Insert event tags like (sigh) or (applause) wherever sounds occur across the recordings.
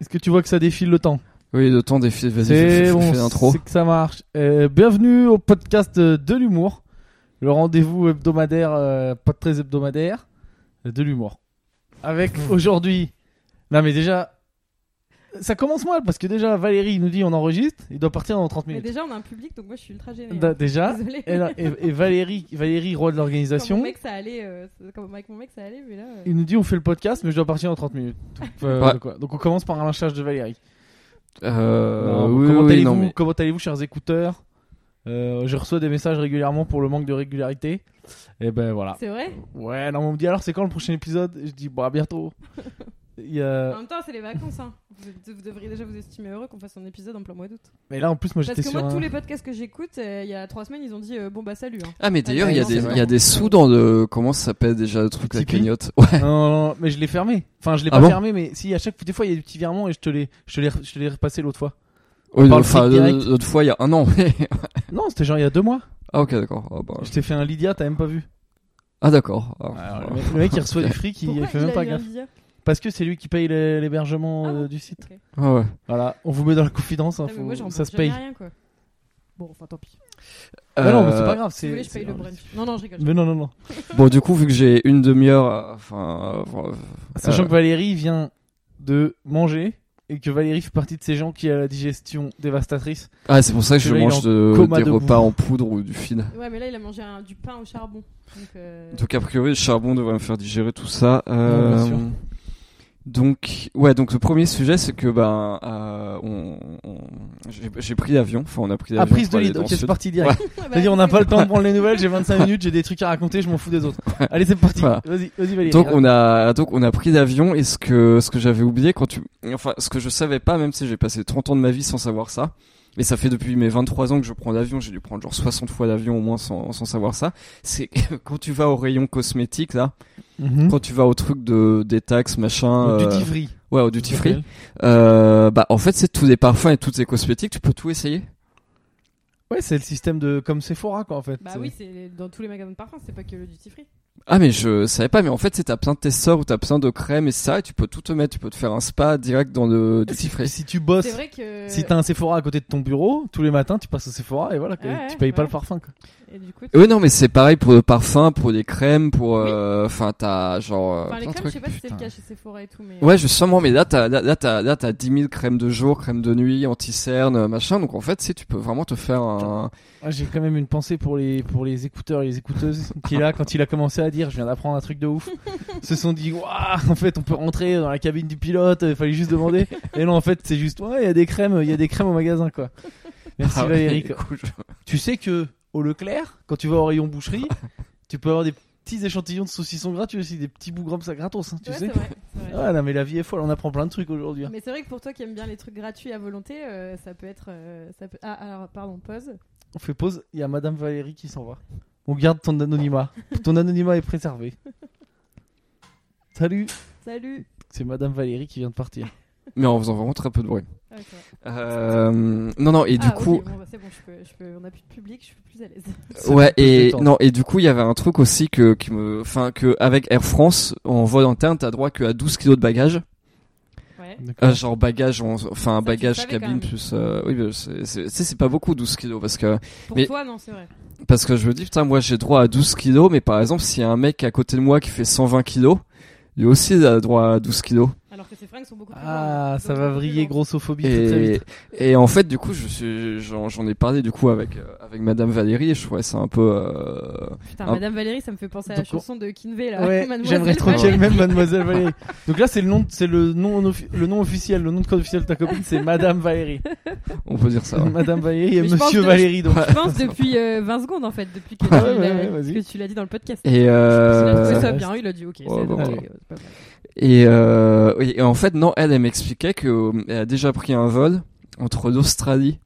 Est-ce que tu vois que ça défile le temps Oui, le temps des filles, vas-y, C'est fais, bon, fais l'intro. c'est que ça marche. Euh, bienvenue au podcast euh, de l'humour, le rendez-vous hebdomadaire, euh, pas très hebdomadaire, euh, de l'humour. (laughs) Avec aujourd'hui, non mais déjà, ça commence mal parce que déjà Valérie nous dit on enregistre, il doit partir dans 30 Mais minutes. déjà, on a un public, donc moi je suis ultra gênée. Da- hein. Déjà, (laughs) Désolée. Bah, et, là- et- et Valérie, Valérie, roi de Quand mon l'organisation, mec, ça allait. euh, c'est- quand- avec mon mec, ça allait, mais là. euh, il nous dit on fait le podcast mais je dois partir dans 30 minutes. Donc, euh, Ouais. quoi. Donc on commence par un lynchage de Valérie. Euh, Non, oui, comment oui, allez-vous, non, mais... comment allez-vous, chers écouteurs Euh, Je reçois des messages régulièrement pour le manque de régularité. Et ben voilà. C'est vrai Ouais, non, mais on me dit alors c'est quand le prochain épisode Je dis bah (laughs) bientôt. Il y a- En même temps, c'est les vacances. Hein. Vous, de- vous devriez déjà vous estimer heureux qu'on fasse un épisode en plein mois d'août. Mais là en plus moi Parce j'étais que sur moi, un- tous les podcasts que j'écoute, euh, il y a trois semaines, ils ont dit euh, bon bah salut. hein. Ah, mais d'ailleurs, il y, a Ah, non, des- c'est il y a des sous dans le. Comment ça s'appelle déjà le truc, la Tipeee cagnotte Ouais. Non, non, non, mais je l'ai fermé. Enfin je l'ai Ah pas bon fermé, mais si à chaque des fois il y a des petits virements et je te les je te les, je te les repassais l'autre (laughs) fois. Oui, parle enfin, fric direct. l'autre fois, il y a un an. (laughs) Non, c'était genre il y a deux mois. ah, ok, d'accord. Ah, bah. Je t'ai fait un Lydia, t'as même pas vu. Ah, d'accord. Ah, Alors, ah. le, mec, le mec, il reçoit du fric, il Pourquoi fait il même a pas eu un gaffe. billet Parce que c'est lui qui paye le- l'hébergement Ah bon euh, du site. Ah, ouais. Voilà, on vous met dans la confidence, hein, Ah, mais faut- Moi, j'en ça pense se paye. jamais rien, quoi. Bon, enfin, tant pis. Ah non, mais c'est Euh, pas grave. Si c'est vous voulez, je paye c'est- le brunch. Non, non, je rigole. Mais non, non, non. Bon, du coup, vu que j'ai une demi-heure, euh, enfin, euh, Sachant Euh. que Valérie vient de manger et que Valérie fait partie de ces gens qui a la digestion dévastatrice. ah, c'est pour ça que je Celui-là, il est mange en de- coma des debout. repas en poudre ou du fil. Ouais, mais là, il a mangé un- du pain au charbon. Donc, (laughs) euh, (laughs) Donc a priori, le charbon devrait me faire digérer tout ça. Euh, Ouais, bien sûr. Donc ouais, donc le premier sujet, c'est que ben, euh, on, on- j'ai- j'ai pris l'avion. Enfin, on a pris Ah, l'avion. prise pour de aller lead, dans ok, le c'est sud. parti direct. bah, C'est-à-dire, on n'a c'est- pas le temps de prendre les nouvelles, j'ai 25 minutes, j'ai des trucs à raconter, je m'en fous des autres. Allez, c'est parti. Voilà. Vas-y, vas-y, Valérie. Donc on a donc on a pris l'avion et ce que ce que j'avais oublié quand tu enfin ce que je savais pas même si j'ai passé 30 ans de ma vie sans savoir ça et ça fait depuis mes 23 ans que je prends l'avion, j'ai dû prendre genre 60 fois l'avion au moins sans sans savoir ça, c'est que (laughs) quand tu vas au rayon cosmétique là, Mhm. quand tu vas au truc de des taxes machin Donc, euh, Du divry. ouais au duty free Euh, bah en fait c'est tous les parfums et toutes les cosmétiques, tu peux tout essayer. Ouais, c'est le système de comme Sephora, quoi, en fait. Bah oui, c'est dans tous les magasins de parfums, c'est pas que le duty free. Ah mais je savais pas, mais en fait c'est t'as plein de testeurs ou t'as plein de crèmes et ça, et tu peux tout te mettre, tu peux te faire un spa direct dans le Si, duty free. si tu bosses, C'est vrai que. Ah si t'as un Sephora à côté de ton bureau, tous les matins, tu passes au Sephora et voilà, que Ouais, tu payes pas ouais. le parfum, quoi. Et du coup, Oui non mais c'est pareil pour le parfum, pour les crèmes, pour euh, enfin t'as genre euh, Enfin, les plein de crèmes, je trucs. sais pas si c'est le putain. cas chez Sephora et tout, mais. euh, Ouais justement mais là t'as là, là t'as là t'as 10 000 crèmes de jour, crèmes de nuit, anti cerne machin donc en fait si tu peux vraiment te faire un Ah, J'ai quand même une pensée pour les, pour les écouteurs et les écouteuses qui, là, quand il a commencé à dire je viens d'apprendre un truc de ouf, se sont dit waouh, en fait, on peut rentrer dans la cabine du pilote, il fallait juste demander. Et non, en fait, c'est juste ouais, il y a des crèmes, il y a des crèmes au magasin, quoi. Merci Ah ouais, (laughs) Valérie. quoi. écoute, je- Tu sais que au Leclerc, quand tu vas au rayon boucherie, tu peux avoir des petits échantillons de saucissons gratuits aussi, des petits bouts comme ça gratos, hein, tu Ouais, c'est sais. vrai. c'est vrai. Ah non, mais la vie est folle, on apprend plein de trucs aujourd'hui. hein. Mais c'est vrai que pour toi qui aimes bien les trucs gratuits à volonté, euh, ça peut être. euh, ça peut... Ah, alors, pardon, pause. On fait pause, il y a Madame Valérie qui s'en va. On garde ton anonymat. ton anonymat est préservé. Salut, Salut c'est Madame Valérie qui vient de partir. mais en faisant vraiment très peu de bruit. Ah, c'est vrai. Euh, non non et du Ah, ok, coup bon, bah, c'est bon, je peux, je peux... on n'a plus de public, je suis plus à l'aise. Ça Ouais peut et détendre. non et du coup il y avait un truc aussi que qui me enfin que avec Air France en vol interne t'as droit que à 12 kilos de bagages (laughs) Ouais. Euh, genre bagages en- enfin Ça, tu bagages le savais quand cabine même. plus euh, oui mais c'est c'est tu sais, c'est pas beaucoup 12 kilos parce que Pour Mais- toi, non, c'est vrai. parce que je me dis putain moi j'ai droit à 12 kilos mais par exemple s'il y a un mec à côté de moi qui fait 120 kilos lui aussi il a droit à 12 kilos Alors que ces fringues sont beaucoup plus. Ah, grandes, ça donc va beaucoup plus vriller grandes. grossophobie très, très et vite. et en fait du coup je suis j'en j'en ai parlé du coup avec euh, avec Madame Valérie et je trouvais ça un peu euh, Putain, Ah. Madame Valérie, ça me fait penser à la Donc, on- chanson de Kinvey là. Ouais, (laughs) Mademoiselle j'aimerais trop Valérie. qu'elle même Mademoiselle Valérie. Donc là, c'est le nom, c'est le nom, offi- le nom officiel, le nom de code officiel de ta copine, c'est Madame Valérie. on peut dire ça (laughs) ouais. Madame Valérie et Mais je pense Monsieur que- Valérie. Donc. Je pense depuis euh, 20 secondes en fait, depuis que, Ouais, tu, ouais, l'as- ouais, vas-y. que tu l'as dit dans le podcast. et Il a euh... trouvé ça bien, il a dit ok, c'est bah, ok, ouais. c'est pas mal. Et, euh, oui, et en fait, non, elle, elle m'expliquait que, euh, elle a déjà pris un vol entre l'Australie,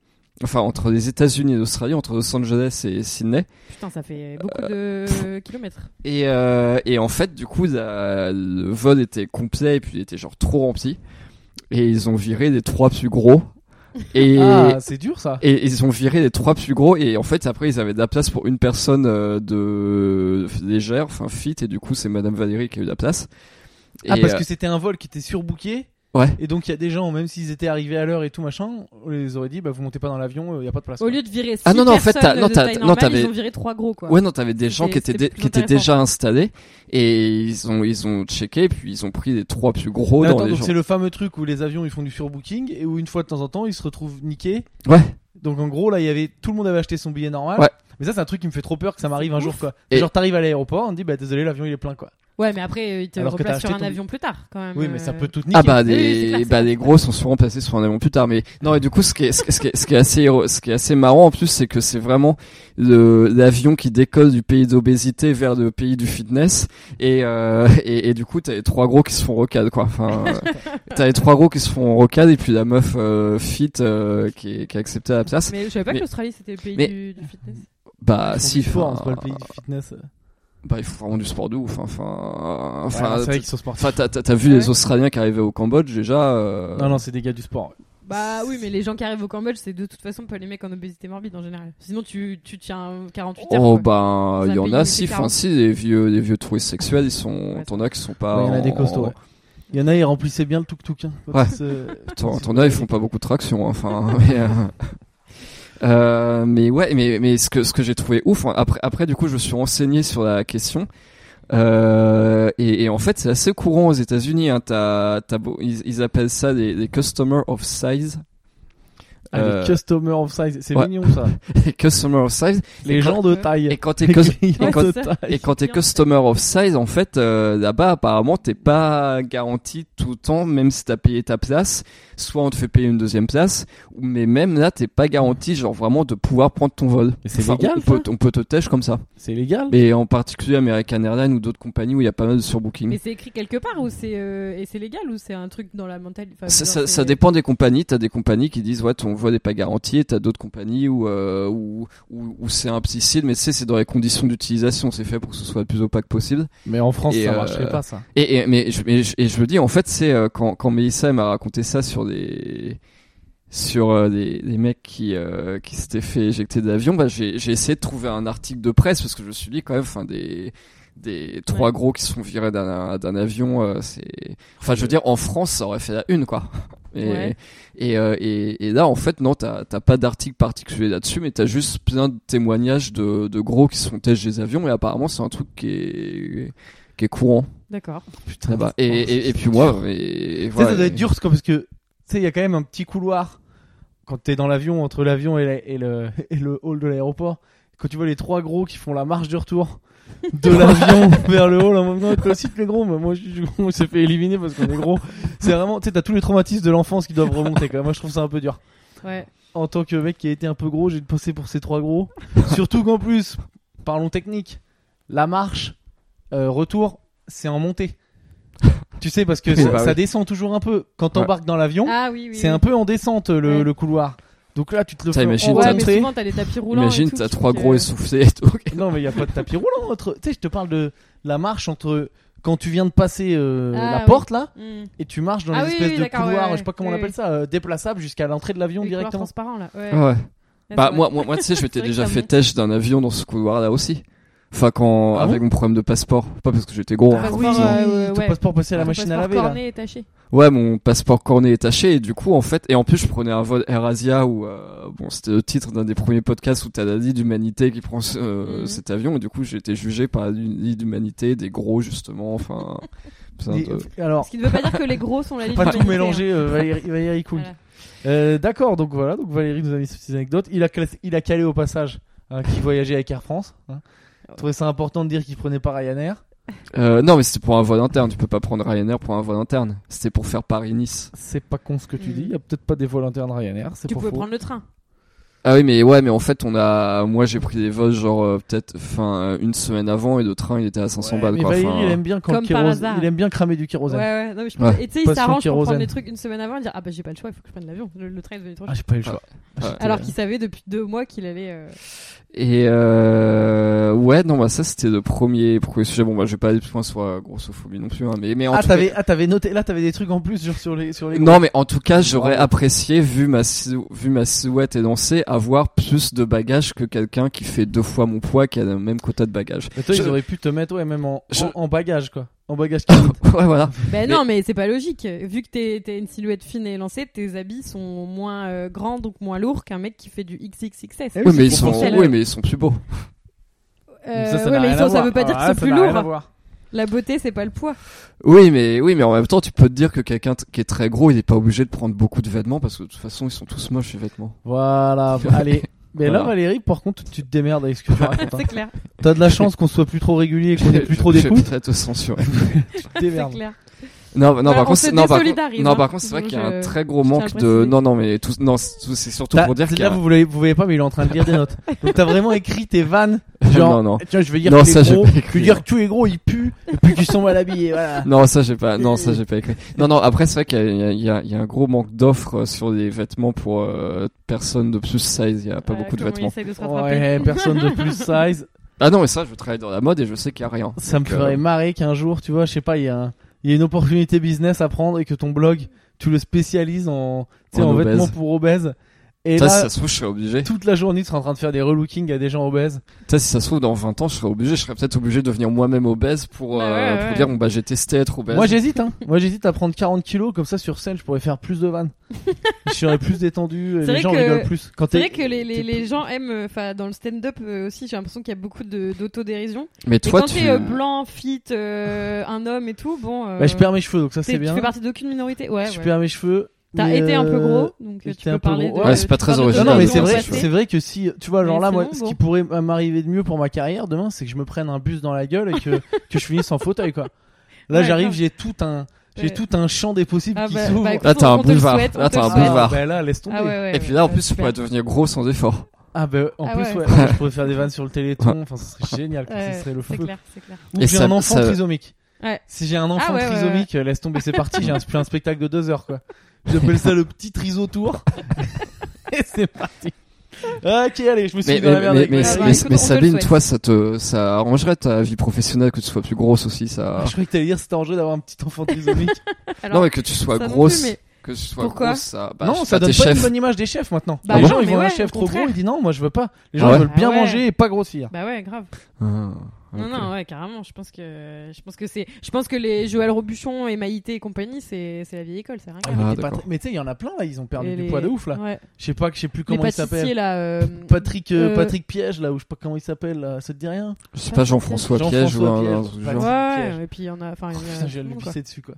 enfin entre les États-Unis et l'Australie, entre Los Angeles et Sydney. Putain, ça fait beaucoup de kilomètres. Et, euh, et en fait, du coup, la- le vol était complet et puis il était genre trop rempli. Et ils ont viré les trois plus (laughs) gros. Et, Ah, c'est dur ça. et ils ont viré les trois plus gros. Et en fait, après, ils avaient de la place pour une personne euh, de légère, enfin fit. Et du coup, c'est Madame Valérie qui a eu la place. Ah, Et, parce euh, que c'était un vol qui était surbooké Ouais. Et donc il y a des gens, même s'ils étaient arrivés à l'heure et tout machin, on les aurait dit bah vous montez pas dans l'avion, il y a pas de place. Au quoi. lieu de virer six Ah non, non, en fait, personnes t'as- non, de t'as- taille non, normale, t'avais- ils ont viré trois gros quoi. Ouais, non, t'avais des gens qui C'était- étaient, c'était dé- plus qui étaient intéressant. déjà installés et ils ont, ils ont checké, puis ils ont pris les trois plus gros Mais Oh, dans attends, les donc gens. c'est le fameux truc où les avions ils font du surbooking et où une fois de temps en temps ils se retrouvent niqués. Ouais. Donc en gros là il y avait tout le monde avait acheté son billet normal. Ouais. Mais ça c'est un truc qui me fait trop peur que ça m'arrive un jour quoi. Et- Genre t'arrives à l'aéroport on te dit bah désolé l'avion il est plein quoi. Ouais, mais après, euh, ils te Alors que t'as replacent sur acheté un ton- avion plus tard quand même. Oui mais ça euh. peut tout niquer. Ah bah Oui, oui, c'est des, clair, c'est bah clair. des gros sont souvent passés sur un avion plus tard mais non et du coup ce qui est, ce, qui est- ce qui est, ce qui est assez héro- ce qui est assez marrant en plus c'est que c'est vraiment le l'avion qui décolle du pays d'obésité vers le pays du fitness et euh, et, et du coup t'as les trois gros qui se font rocade quoi enfin (laughs) euh, t'as les trois gros qui se font rocade et puis la meuf euh, fit euh, qui est, qui a accepté la place Mais je savais pas Mais- que l'Australie c'était le pays mais- du, du fitness. bah Ils font si du sport, hein, enfin, c'est pas le pays du fitness. bah il faut vraiment du sport de ouf enfin enfin Ouais, c'est vrai t- qu'ils sont sportifs. enfin, t'as t'as- t'as vu Ouais. les Australiens qui arrivaient au Cambodge déjà euh, Non non c'est des gars du sport. Bah oui, mais les gens qui arrivent au Cambodge, c'est de toute façon pas les mecs en obésité morbide en général. Sinon, tu, tu tiens 48 heures. Oh quoi. ben Dans un il y en pays a où si, euh, c'est enfin quarante. si les vieux les vieux touristes sexuels ils sont, Ouais. t'en as qui sont Ouais, pas. Il y en a des en- costauds. ouais. Il y en a ils remplissaient bien le hein, tuk tuk. Oh. Ouais. T'en t'en as ils font pas beaucoup de traction hein, enfin. (laughs) mais, euh, euh, mais ouais mais mais ce que ce que j'ai trouvé ouf hein, après après du coup je me suis renseigné sur la question. Euh, et, et en fait, c'est assez courant aux États-Unis. Hein, t'as- t'as beau- ils, ils appellent ça des, des customer of size. (laughs) Ah, les Euh, customer of size, c'est ouais. mignon ça. les customer of size. Les gens de taille. Et quand t'es Les cus- clients et quand- de ça. taille. Et quand t'es Bien. customer of size, en fait, euh, là-bas, apparemment, t'es pas garanti tout le temps, même si t'as payé ta place. Soit on te fait payer une deuxième place, ou- mais même là, t'es pas garanti, genre vraiment, de pouvoir prendre ton vol. Mais c'est légal, on, peut, ça on peut te tèche comme ça. C'est légal. Et en particulier American Airlines ou d'autres compagnies où il y a pas mal de surbooking. Mais c'est écrit quelque part ou c'est euh, et c'est légal ou c'est un truc dans la mentalité. enfin, Ça, genre, ça, c'est- ça dépend des compagnies. T'as des compagnies qui disent ouais ton vol est pas garanti, et t'as d'autres compagnies où euh, où, où, où c'est implicite, mais tu sais c'est dans les conditions d'utilisation, c'est fait pour que ce soit le plus opaque possible. Mais en France, Et, ça euh, marcherait pas, ça. Et, et- mais, je, mais je- et je me dis, en fait, c'est euh, quand, quand Mélissa elle m'a raconté ça sur des sur euh, des, des mecs qui euh, qui s'étaient fait éjecter d'avion, bah, j'ai j'ai essayé de trouver un article de presse parce que je me suis dit quand même, enfin des des trois Ouais. gros qui se sont virés d'un d'un avion, euh, c'est enfin je veux dire en France ça aurait fait la une quoi. (laughs) Et, Ouais. et, euh, et, et là en fait non t'as t'as pas d'article particulier là-dessus mais t'as juste plein de témoignages de, de gros qui se sont têches des avions et apparemment c'est un truc qui est qui est courant D'accord. Putain, là-bas. Ah bah, Et, et, et puis moi, et, et Tu sais, voilà. ça doit être dur, c'est comme parce que, tu sais, il y a quand même un petit couloir quand t'es dans l'avion, entre l'avion et, la- et le, (laughs) et le hall de l'aéroport. Quand tu vois les trois gros qui font la marche du retour de l'avion vers le hall en même temps, toi aussi t'es gros, mais moi je, je- (laughs) on s'est fait éliminer parce qu'on est gros. C'est vraiment, tu sais, t'as tous les traumatismes de l'enfance qui doivent remonter quand même. Moi je trouve ça un peu dur. Ouais. En tant que mec qui a été un peu gros, j'ai passé pour ces trois gros. (laughs) Surtout qu'en plus, parlons technique, la marche, euh, retour, c'est en montée. Tu sais, parce que (laughs) Oui, ça, bah ça oui. descend toujours un peu. Quand t'embarques dans l'avion, Ah oui, oui. c'est oui. un peu en descente le, Ouais. le couloir. Donc là, tu te le Ça, fais imagine, en t'as- Ouais, mais rentrée. souvent t'as les tapis roulants. et Imagine, tout t'as qui trois fait, gros euh, essoufflés et tout. Non, mais il n'y a pas de tapis roulant. Entre... Tu sais, je te parle de la marche entre quand tu viens de passer euh, Ah, la oui. porte là hmm. et tu marches dans Ah les oui, espèces oui, de d'accord, ouais, couloirs, ouais. je sais pas comment on Oui, appelle oui. ça, euh, déplaçables jusqu'à l'entrée de l'avion Les couloirs directement. transparents là. Ouais. Ouais. Ouais, Bah, c'est moi, vrai. moi, moi, tu (laughs) sais, je m'étais vrai que déjà ça fait monte. têche d'un avion dans ce couloir-là aussi. Enfin, quand, Ah avec mon problème de passeport. Pas parce que j'étais gros. Ah, hein, bah quand oui, même. ouais. Ah, Ton passeport passé à la Ton machine à passeport laver. là. corné est taché. Ouais, mon passeport corné est taché et du coup, en fait, et en plus, je prenais un vol Air Asia où, euh, bon, c'était le titre d'un des premiers podcasts où t'as la Ligue d'Humanité qui prend ce- euh, Mhm. cet avion et du coup, j'ai été jugé par la Ligue d'Humanité, des gros, justement, enfin, plein Et- de... Alors, Ce qui ne veut pas dire que les gros sont la ligne. pas humanitaire, tout hein. mélanger, euh, Valérie, Valérie Cool. Voilà. Euh, D'accord, donc voilà, donc Valérie nous a mis ces petites anecdotes. Il a, classé- il a calé au passage hein, qu'il voyageait avec Air France. Hein. Je trouvais ça important de dire qu'il prenait pas Ryanair. Euh, non, mais c'était pour un vol interne. Tu peux pas prendre Ryanair pour un vol interne. C'était pour faire Paris-Nice. C'est pas con ce que tu Mhm. dis. Il y a peut-être pas des vols internes Ryanair. C'est Tu pas pouvais faux. prendre le train. Ah oui, mais ouais, mais en fait, on a. Moi, j'ai pris des vols genre euh, peut-être, enfin, euh, une semaine avant et le train il était à 500 Ouais, balles. mais Quoi. Valérie, Enfin, il aime bien quand Comme le par kérosène- hasard. il aime bien cramer du Ouais, kérosène. ouais. Non, mais je... Ouais. Et tu sais, Passion ils s'arrangent pour kérosène. prendre les trucs une semaine avant et dire Ah bah j'ai pas le choix, il faut que je prenne l'avion. Le, le train est devenu trop Ah, cher. j'ai pas eu le choix. Ouais. J'étais- Alors qu'ils savaient depuis deux mois qu'il (laughs) allait. euh, Et euh... ouais, non, bah ça c'était le premier, premier sujet. Bon, bah je vais pas aller plus loin sur la grossophobie non plus. Hein, mais mais en Ah, tout cas- t'avais, ah, t'avais noté, là, t'avais des trucs en plus, genre sur les, sur les. Non, mais en tout cas, j'aurais Bravo. apprécié vu ma sou- vu ma silhouette élancée avoir plus de bagages que quelqu'un qui fait deux fois mon poids qui a le même quota de bagages. (laughs) Mais toi, Je- ils auraient pu te mettre, ouais, même en, Je- en, en bagage, quoi. En bagage. Euh, ouais, voilà. Ben non, mais c'est pas logique. Vu que t'es t'es une silhouette fine et élancée, tes habits sont moins euh, grands, donc moins lourds qu'un mec qui fait du XXXS. Eh Oui, mais ils c'est sont, proportionnel. oui, mais ils sont plus beaux. Euh, ça, ça ouais, n'a mais rien ils sont- à ça voir. veut pas dire Ah, qu'ils ça sont plus n'a rien à lourds. voir. La beauté, c'est pas le poids. Oui, mais oui, mais en même temps, tu peux te dire que quelqu'un t- qui est très gros, il n'est pas obligé de prendre beaucoup de vêtements parce que de toute façon, ils sont tous moches les vêtements. (laughs) Voilà, allez. Mais là, Voilà. Valérie, par contre, tu te démerdes avec ce que tu racontes. hein. C'est clair, T'as de la chance qu'on soit plus trop régulier et qu'on ait plus trop Je- des je coups. vais peut-être te censurer. Tu te c'est démerdes. clair. Non, non, Voilà, par on contre, se c'est- non, par contre, désolidarise, non, hein. par contre, c'est vrai Donc, qu'il y a un euh, très gros je tiens à manque le de, préciser. non, non, mais tout, non, c'est c'est surtout T'as- pour dire qu'il y Là, a, vous (laughs) voyez, vous voyez pas, mais il est en train de lire des notes. Donc t'as vraiment écrit tes vannes. Genre, non, non. tiens, je vais dire Oh. Non, que les ça, j'ai gros, pas je écrit. vais dire que tous les gros, ils puent, et puis qu'ils sont mal habillés, (laughs) voilà. Non, ça j'ai pas. Non, ça j'ai pas écrit. Non, non. Après, c'est vrai qu'il y a- il y, a- il y a- il y a un gros manque d'offres euh, sur des vêtements pour euh, personnes de plus size. Il y a pas Euh, beaucoup de comment vêtements. il essaye de se rattraper. Oh, Ouais, personne de plus size. Ah non, mais ça, je travaille dans la mode et je sais qu'il y a rien. Ça me Donc, euh, ferait marrer qu'un jour, tu vois, je sais pas, il y, a un- il y a une opportunité business à prendre et que ton blog, tu le spécialises en, tu sais, En en obèse. vêtements pour obèses. Et Ça, là, si ça se trouve, je serais obligé. toute la journée, tu seras en train de faire des relookings à des gens obèses. Ça, si ça se trouve, dans 20 ans, je serais obligé. Je serais peut-être obligé de devenir moi-même obèse pour, Bah euh, ouais, pour ouais. dire bon bah j'ai testé être obèse. Moi, j'hésite, hein. Moi, j'hésite à prendre 40 kilos, comme ça, sur scène, je pourrais faire plus de (laughs) vannes. je serais plus détendu, et C'est les vrai gens que- rigolent plus. Quand t'es- C'est vrai que les, les, t'es- les gens aiment, enfin dans le stand-up euh, aussi, j'ai l'impression qu'il y a beaucoup de- d'autodérision. Mais Et toi, quand tu. t'es euh, blanc, fit, euh, un homme et tout, bon. euh, Bah, je perds mes cheveux, donc ça, t'es- c'est bien. Tu fais partie d'aucune minorité, ouais. je ouais. perds mes cheveux. T'as mais, été un peu euh, gros, donc euh, tu j'étais peux un peu parler. gros. de- Ouais, c'est pas très de- de- original. Non, non, mais Ouais, c'est ouais, vrai, ouais. c'est vrai que si, tu vois, genre Mais là, c'est moi, bon, ce bon. qui pourrait m'arriver de mieux pour ma carrière demain, c'est que je me prenne un bus dans la gueule et (laughs) que, que je finisse en fauteuil, quoi. Là, Ouais, j'arrive, grave. j'ai tout un, j'ai Ouais. tout un champ des possibles Ah qui bah- s'ouvre. bah, écoute, Là, t'as on- un on te le boulevard. souhaite, on Là, te t'as un le Ah, souhaite. boulevard. bah, là, laisse tomber. Ah ouais, ouais, Et puis là, en ouais, plus, tu super. pourrais devenir gros sans effort. Ah bah, en Ah plus, ouais, ouais. je pourrais faire des vannes sur le téléthon, enfin, ce serait génial, quoi, Ouais, ce serait le C'est feu. clair, c'est clair. Ou Et j'ai ça- un enfant ça- trisomique. Ouais. Si j'ai un enfant Ah ouais, ouais, trisomique, euh, laisse tomber, c'est parti, j'ai un, je fais un spectacle de deux (laughs) heures, quoi. J'appelle ça le petit trisotour. (laughs) Et c'est parti. Ok, allez, je me suis mis Mais, dans la mais, merde mais, avec mais, ma Valérie. mais- Écoute, mais on te le Sabine, souhaite. toi, ça te, ça arrangerait ta vie professionnelle que tu sois plus grosse aussi, ça. Je croyais que t'allais dire c'était dangereux d'avoir un petit enfant trisomique. Alors, Non, mais que tu sois ça non plus, grosse, mais- que tu sois Pourquoi grosse, ça. (laughs) Bah, je non, sais ça pas, donne pas t'es chef. une bonne image des chefs maintenant. Bah les non, gens ils mais voient un ouais, chef au trop gros, contraire. ils disent non, moi je veux pas. Les Ah gens ouais ils veulent bien Ah ouais. manger et pas grossir. Bah ouais, grave. Ah, Non, ok. non, ouais, carrément. Je pense que, je pense que c'est, je pense que les Joël Robuchon et Maïté et compagnie, c'est, c'est la vieille école, c'est rien. Ah, mais Ah, t'es pas d'accord. très- mais tu sais, il y en a plein là, ils ont perdu Et du les- poids de ouf là. Ouais. Je sais pas, je sais plus Les comment il pâtissiers, s'appelle. là. euh, Patrick, euh, euh, Patrick Piège là, ou je sais pas comment il s'appelle, là, ça te dit rien Je sais pas, Jean-François Piège ou Jean-François un, un Piège. truc du Ouais. genre. Ouais, Piège. ouais, et puis il y en a. Enfin, il y Oh, en a Putain, tout j'ai le lui monde, quoi. pisser dessus (laughs) quoi.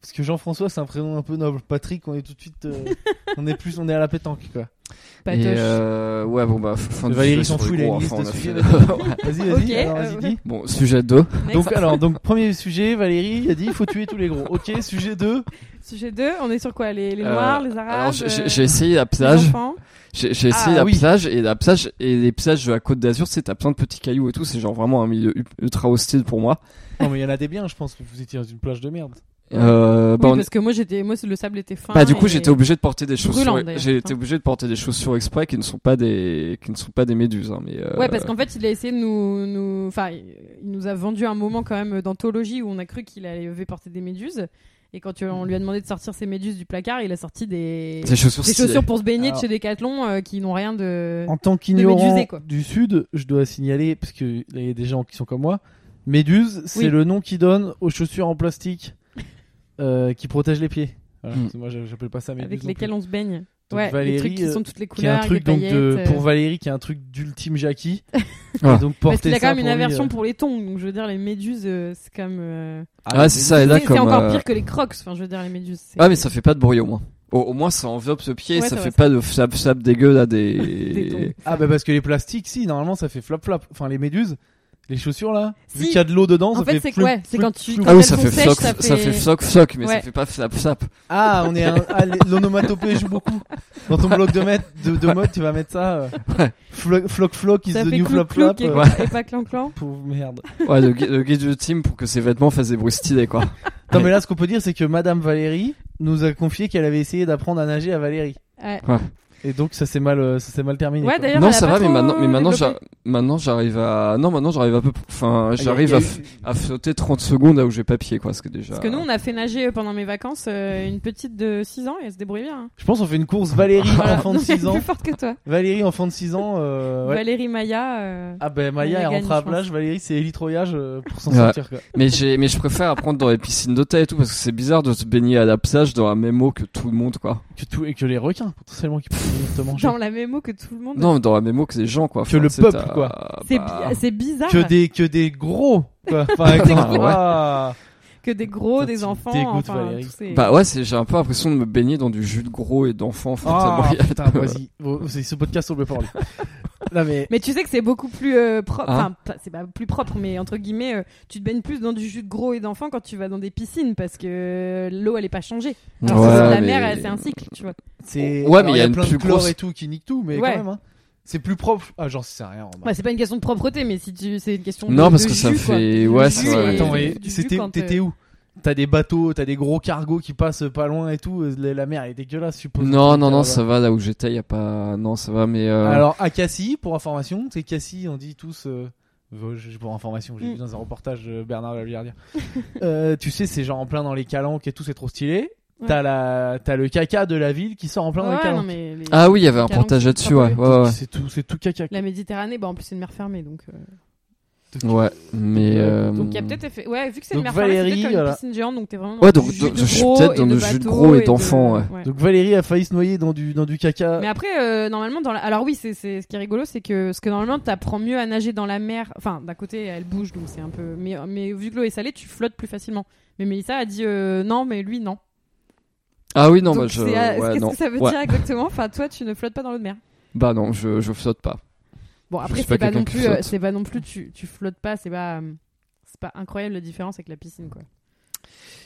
Parce que Jean-François c'est un prénom un peu noble. Patrick, on est tout de suite, euh, (laughs) on est plus, on est à la pétanque quoi. Patoche. Et euh, ouais, bon, bah, fin du Valérie sujet s'en sur fout, les il a gros, une liste enfin, de on a sujets. fait- (laughs) Ah, Vas-y, vas-y, Ok, alors, euh, vas-y, ouais. dis. Bon, sujet 2. Next. Donc alors, donc premier sujet, Valérie a dit faut tuer tous les gros. Ok, sujet 2 Sujet 2, on est sur quoi Les, les Euh, noirs, les arabes Alors, j'ai- euh, j'ai j'ai essayé la les plage. enfants J'ai j'ai essayé Ah, la oui. plage et la plage et les plages de la Côte d'Azur, c'est t'as plein de petits cailloux et tout. C'est genre vraiment un milieu u- ultra hostile pour moi. Non, mais il y en a des biens, je pense que vous étiez dans une plage de merde. Euh, Oui, bah, on- parce que moi, j'étais, moi, le sable était fin. bah, du coup et- j'étais obligé de porter des chaussures. d'ailleurs, hein. J'ai enfin. été obligé de porter des chaussures exprès qui ne sont pas des qui ne sont pas des méduses. hein, mais euh, Ouais, parce qu'en fait, il a essayé de nous, nous, enfin, il nous a vendu un moment quand même d'anthologie où on a cru qu'il allait porter des méduses. Et quand tu- on lui a demandé de sortir ses méduses du placard, il a sorti des, des chaussures. des stylées. chaussures pour se baigner Alors- de chez Decathlon euh, qui n'ont rien de. En tant Médusée, qu'ignorant quoi. du Sud, je dois signaler, parce qu'il y a des gens qui sont comme moi, Méduse, c'est Oui. le nom qu'ils donnent aux chaussures en plastique euh, qui protègent les pieds. Voilà, Mm. parce que Moi, je- j'appelle pas ça Méduse. avec non lesquels plus. on se baigne. Donc, ouais, Valérie, les trucs qui euh, sont toutes les Qui est un couleurs, truc les donc paillettes. de euh, pour Valérie qui est un truc d'ultime Jackie (laughs) Ah. Et donc Parce porter qu'il a quand ça même pour une lui, aversion euh, pour les tongs, donc je veux dire les méduses, euh, c'est quand même. euh, Ah, ouais, c'est ça. Et là, C'est c'est comme, encore euh, pire que les crocs, enfin je veux dire les méduses. c'est- Ah mais ça fait pas de bruit au moins. Au, au moins ça enveloppe ce pied, et Ouais, ça c'est fait pas vrai, de flap flap dégueu là (laughs) Des tons. des. Ah bah parce que les plastiques si normalement ça fait flop flop enfin les méduses les chaussures là vu Si. qu'il y a de l'eau dedans En ça fait, fait c'est flou- ouais, c'est flou- quand tu- flou- quand Ah oui, elles ça sont fait sèches, floc, ça ça fait- fait floc floc, mais ça Ouais. fait pas flap flap. Ah, on est (laughs) un... ah, les- l'onomatopée joue beaucoup. Dans ton blog de, maître- de, de mode, tu vas mettre ça. Euh... Ouais. Floc, floc, floc, is ça the fait new flop clou flop. clou et, euh, et pas clan clan. Pauvre merde. Ouais, le, gu- le guide du team pour que ses vêtements fassent des bruits stylés, quoi. Non, Ouais. mais là, ce qu'on peut dire, c'est que Madame Valérie nous a confié qu'elle avait essayé d'apprendre à nager à Valérie. Ouais. Ouais. Et donc ça s'est mal, euh, ça s'est mal terminé. Ouais, quoi. d'ailleurs, non, elle a ça pas va, mais trop euh, maintenant, mais maintenant, développé. j'a- maintenant, j'arrive à, non, maintenant, j'arrive à peu, Ah, enfin, Il y j'arrive a- à, il y a f- eu- à sauter 30 secondes là où j'ai papier, quoi, ce que déjà. Parce que nous, on a fait nager pendant mes vacances euh, une petite de 6 ans et elle se débrouille bien. hein. Je pense qu'on fait une course (laughs) Valérie, Voilà. enfant de Non, 6 mais ans. Plus forte que toi. Valérie, enfant de 6 ans. euh, ouais. Valérie Maya. euh, Ah ben Maya On elle a rentre gagné, à je pense. plage, Valérie c'est élitroyage euh, pour s'en Ouais. sortir quoi. Mais j'ai, mais je préfère apprendre dans les piscines d'hôtel et tout parce que c'est bizarre de se baigner à la plage dans la même eau que tout le monde, quoi. Que tout, et que les requins potentiellement qui peuvent venir te manger. Dans la mémo que tout le monde. Non, mais dans la même eau que les gens, quoi. Que le tu sais, peuple, t'as- quoi. C'est bah, bi- c'est bizarre Que des que des gros quoi. (laughs) Enfin, quand- Ah ouais. (laughs) Ah. que des gros, Ça des te enfants. dégoûte, enfin, Valérie. tous ces- Bah ouais, c'est, j'ai un peu l'impression de me baigner dans du jus de gros et d'enfant. Enfin, ça Ah, me regarde. putain, vas-y. Oh, c'est ce podcast on peut (laughs) parler. Non mais Mais tu sais que c'est beaucoup plus euh, propre. Hein Enfin, pas- c'est pas plus propre, mais entre guillemets, euh, tu te baignes plus dans du jus de gros et d'enfant quand tu vas dans des piscines parce que euh, l'eau, elle est pas changée. Alors que Ouais, c'est de la mais- mer, elle- c'est un cycle, tu vois. c'est Ouais, alors, mais il y a une plein de plus chlore grosse- et tout qui nique tout mais Ouais. quand même hein. C'est plus propre. Ah j'en sais rien. remarque. Bah, c'est pas une question de propreté, mais si tu, c'est une question de. Non, parce de que ça jus, quoi. fait- Du ouais, jus c'est vrai. et- Ah, Attends, mais du jus c'était quand, euh, t'étais où T'as des bateaux, t'as des gros cargos qui passent pas loin et tout. euh, La la mer elle est dégueulasse, je suppose. Non, non, non, Là-bas. ça va, là où j'étais, y a pas, non, ça va, mais euh... Alors, à Cassis, pour information, c'est Cassis, on dit tous. euh, Vosges, pour information, j'ai Mm. vu dans un reportage de Bernard Lavillardière. (laughs) euh, tu sais, c'est genre en plein dans les calanques et tout, c'est trop stylé. Ouais. T'as la, t'as le caca de la ville qui sort en plein dans les ouais, non, calanques. mais les- ah oui, il y avait un Calanque, reportage c'est là-dessus, pas ouais, mal. ouais, ouais. C'est tout, c'est tout caca. La Méditerranée, bah en plus c'est une mer fermée donc. euh, Ouais, mais. euh, Donc il y a peut-être effet- Ouais, vu que c'est une Donc mer fermée, c'est Valérie, peut-être comme voilà. une piscine géante donc t'es vraiment. Dans Ouais, du donc, jus donc, de je suis gros peut-être dans et le de jus de bateau gros et de- d'enfant, ouais. Donc Valérie a failli se noyer dans du, dans du caca. Mais après, euh, normalement, dans la- alors oui, c'est c'est ce qui est rigolo, c'est que ce que normalement t'apprends mieux à nager dans la mer. Enfin, d'un côté, elle bouge, donc c'est un peu. Mais, mais vu que l'eau est salée, tu flottes plus facilement. Mais Mélissa a dit euh, non, mais lui non. Ah oui, non, Donc, bah je. c'est, euh, ouais, Qu'est-ce non. que ça veut Ouais. dire exactement Enfin, toi, tu ne flottes pas dans l'eau de mer. Bah non, je, je flotte pas. Bon, Je après, suis c'est pas pas, quelqu'un non qui plus, euh, flotte. c'est pas non plus, tu, tu flottes pas, c'est pas, euh, c'est pas incroyable la différence avec la piscine quoi.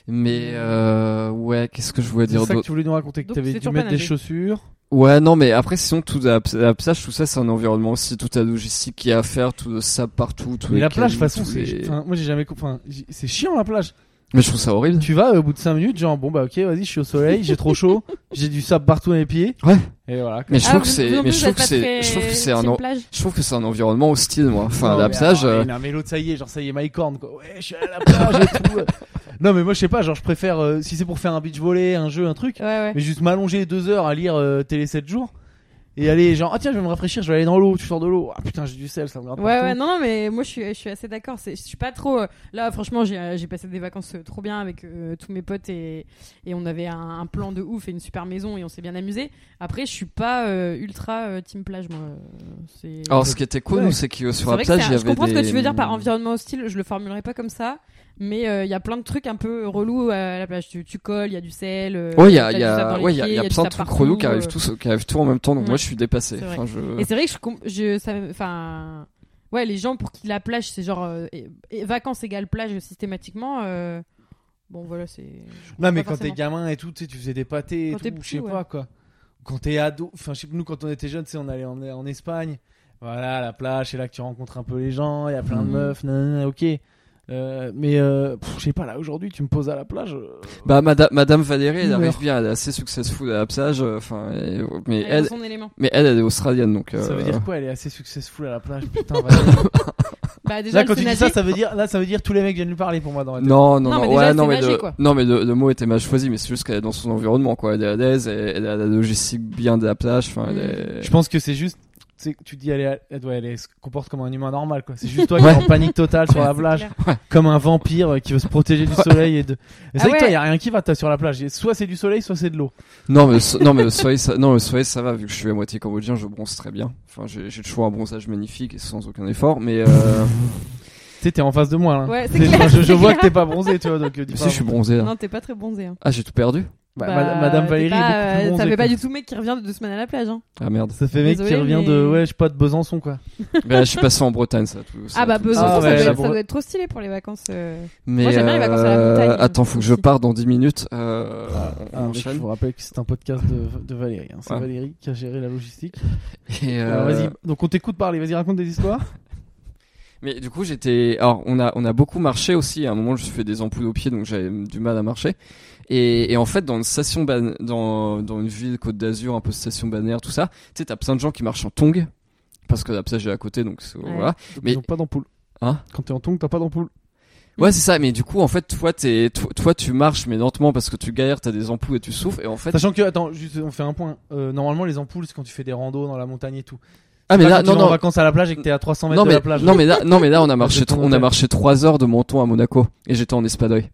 Hmm. Mais euh, ouais, qu'est-ce que je voulais C'est dire ça que d'autre tu voulais nous raconter, que Donc, t'avais c'est dû toujours mettre pas des nager. chaussures. Ouais, non, mais après, sinon, tout la, la plage, tout ça, c'est un environnement aussi, toute la logistique qu'il y a à faire, tout le sable partout, tout Mais la plage, de toute façon, c'est. enfin, Moi j'ai jamais compris. enfin, j'ai- C'est chiant la plage. Mais je trouve ça horrible. Tu vas euh, au bout de 5 minutes, genre bon bah ok, vas-y, je suis au soleil, j'ai trop chaud, j'ai du sable partout dans les pieds. Ouais. Et voilà. quoi. Mais je Ah, trouve que vous- c'est, vous non mais plus, je trouve vous êtes que pas c'est, très je trouve que c'est un, team en- plage. je trouve que c'est un environnement hostile, moi. Enfin, Non, la mais ah, plage, alors, euh, mais Non, mais l'autre, ça y est, genre, ça y est, my corn, quoi. Ouais, je suis à la plage et tout. euh. Non, mais moi, je sais pas, genre, je préfère, euh, si c'est pour faire un beach volley, un jeu, un truc, Ouais, ouais. mais juste m'allonger deux heures à lire euh, Télé 7 jours et aller, genre, ah tiens, je vais me rafraîchir, je vais aller dans l'eau, tu sors de l'eau. Ah putain, j'ai du sel, ça me gratte. Ouais, partout. ouais, non, non, mais moi je suis, je suis assez d'accord. C'est- Je suis pas trop. euh, Là, franchement, j'ai euh, j'ai passé des vacances euh, trop bien avec euh, tous mes potes et, et on avait un, un plan de ouf et une super maison et on s'est bien amusé. Après, je suis pas euh, ultra euh, team plage, moi. Euh, C'est. alors ce qui était cool, Ouais. nous, c'est que C'est sur vrai la que c'est plage, il y un- avait Je comprends ce des- que tu veux dire par environnement hostile, je le formulerai pas comme ça, mais euh, il y a plein de trucs un peu relous à la plage. Tu, tu colles, il y a du sel. euh, Ouais, il y a, t'as il du y sable a, dans les ouais, il y a, pieds, il y a du plein de sable trucs relous qui partout, arrivent euh. tous, qui arrivent tout en même temps. Donc Ouais. moi, je suis dépassé. C'est vrai. Enfin, je. Et c'est vrai que je, com- je ça, enfin, ouais, les gens pour qui la plage c'est genre euh, et- et vacances égale plage systématiquement. euh, bon voilà c'est. je comprends Non, mais pas quand t'es forcément. gamin et tout, tu sais, tu faisais des pâtés et Quand tout, t'es je sais petit, ouais. pas quoi. Quand t'es ado, enfin, je sais, nous, quand on était jeunes, tu sais, on allait en, en Espagne, voilà, la plage, c'est là que tu rencontres un peu les gens, il y a plein de Mhm. meufs, nanana, ok. Euh, mais euh, pff, je sais pas, là, aujourd'hui, tu me poses à la plage. euh, Bah, madame, madame Valérie, elle Une arrive heure. bien, elle est assez successful à la plage. euh, Enfin, et- mais Elle est dans elle, son élément. mais elle, elle est australienne, donc. Ça veut euh, dire quoi Elle est assez successful à la (laughs) plage, putain. Valérie. Bah déjà là, le quand tu dis sénager- ça, ça veut dire, là, ça veut dire tous les mecs viennent lui parler pour moi dans la tête. Non, non, non, Non, mais ouais, déjà, elle non, sait mais nager, le, quoi. non, mais le, le mot était mal choisi, mais c'est juste qu'elle est dans son environnement, quoi. Elle est à l'aise, elle, elle a la logistique bien de la plage, enfin, elle est- Je pense que c'est juste, tu sais, tu dis, elle, est, elle, doit- elle est- se comporte comme un humain normal, quoi. C'est juste toi Ouais. qui es en panique totale sur la C'est plage, clair. comme un vampire euh, qui veut se protéger du soleil et de. Et c'est Ah vrai que toi, ouais. y a rien qui va, toi, sur la plage. Et Soit c'est du soleil, soit c'est de l'eau. Mm. Non, mais le, so- non, mais le soleil, ça, non, le soleil, ça va, vu que je suis à moitié cambodgien, je bronze très bien. Enfin, j'ai, j'ai toujours un bronzage magnifique et sans aucun effort, mais euh... Tu sais, t'es en face de moi, là. Ouais, c'est C'est- clair, je je c'est vois que clair. t'es pas bronzé, tu vois, donc euh, dis mais si, pas- je suis bronzé, là. Non t'es pas très bronzé. hein. Ah, j'ai tout perdu? Bah, Bah, Mad- Madame t'es Valérie pas, est beaucoup plus euh, bronzée, Ça quoi. fait pas du tout mec qui revient de deux semaines à la plage. hein. Ah, merde. Ça fait mec qui Désolé, revient de, mais- ouais, je sais pas, de Besançon, quoi. Bah, je suis passé en Bretagne, ça. Tout, ça Ah bah tout- Besançon Ah ça, ouais, doit la être, ça Bre- doit être trop stylé pour les vacances. euh. Mais, Moi, j'aime bien les vacances à la euh, montagne. Attends, faut que je Aussi. parte dans 10 minutes. Euh, Ah, on mais je enchaîne. vous rappelle que c'est un podcast de, de Valérie. hein. C'est Ouais. Valérie qui a géré la logistique. Et, (laughs) euh, Alors, vas-y, donc on t'écoute parler. Vas-y, raconte des histoires. Mais du coup, j'étais. Alors, on a, on a beaucoup marché aussi. À un moment, je me suis fait des ampoules aux pieds, donc j'avais du mal à marcher. Et, et en fait, dans une station ban... dans, dans une ville Côte d'Azur, un peu station balnéaire, tout ça, tu sais, t'as plein de gens qui marchent en tongs parce que la plage est à côté, donc c'est- Ouais. voilà. Donc, Mais- Ils ont pas d'ampoule. Hein Quand t'es en tongue, t'as pas d'ampoule. Ouais, c'est ça. Mais du coup, en fait, toi, t'es, toi, toi, tu marches mais lentement parce que tu galères, t'as des ampoules et tu souffles. Et en fait, Sachant que, attends, juste, on fait un point. Euh, normalement, les ampoules, c'est quand tu fais des randos dans la montagne et tout. ah Pas quand tu vas en vacances à la plage et que t'es à 300 mètres non de mais, la plage. non mais là, non mais là on a c'est marché, ton tro- on a hôtel. marché trois heures de Menton à Monaco et j'étais en espadeuil.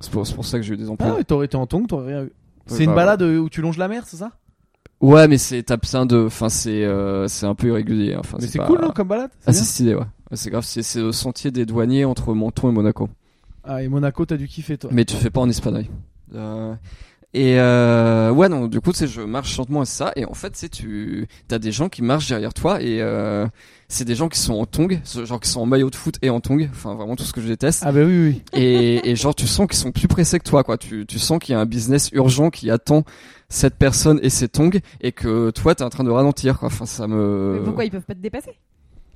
C'est pour, c'est pour ça que j'ai eu des ampoules. Ah ouais, t'aurais été en tongue, t'aurais rien eu. C'est Ouais, une bah, balade euh, où tu longes la mer, c'est ça Ouais, mais c'est t'as plein de, enfin c'est, euh, c'est un peu irrégulier. hein. Enfin, Mais c'est pas- cool, non, comme balade Ah bien. c'est stylé, ouais. Ouais, C'est grave, c'est c'est le sentier des douaniers entre Menton et Monaco. Ah, et Monaco, t'as dû kiffer, toi. Mais tu fais pas en espadeuil. Euh, et euh, ouais, non, du coup, tu sais, je marche lentement et ça. Et en fait, tu sais, tu as des gens qui marchent derrière toi et euh, c'est des gens qui sont en tongs, ce- genre qui sont en maillot de foot et en tongs. Enfin, vraiment tout ce que je déteste. Ah, bah oui, oui. Et, et genre, tu sens qu'ils sont plus pressés que toi, quoi. Tu, tu sens qu'il y a un business urgent qui attend cette personne et ses tongs et que toi, t'es en train de ralentir, quoi. Enfin, ça me. Mais pourquoi ils peuvent pas te dépasser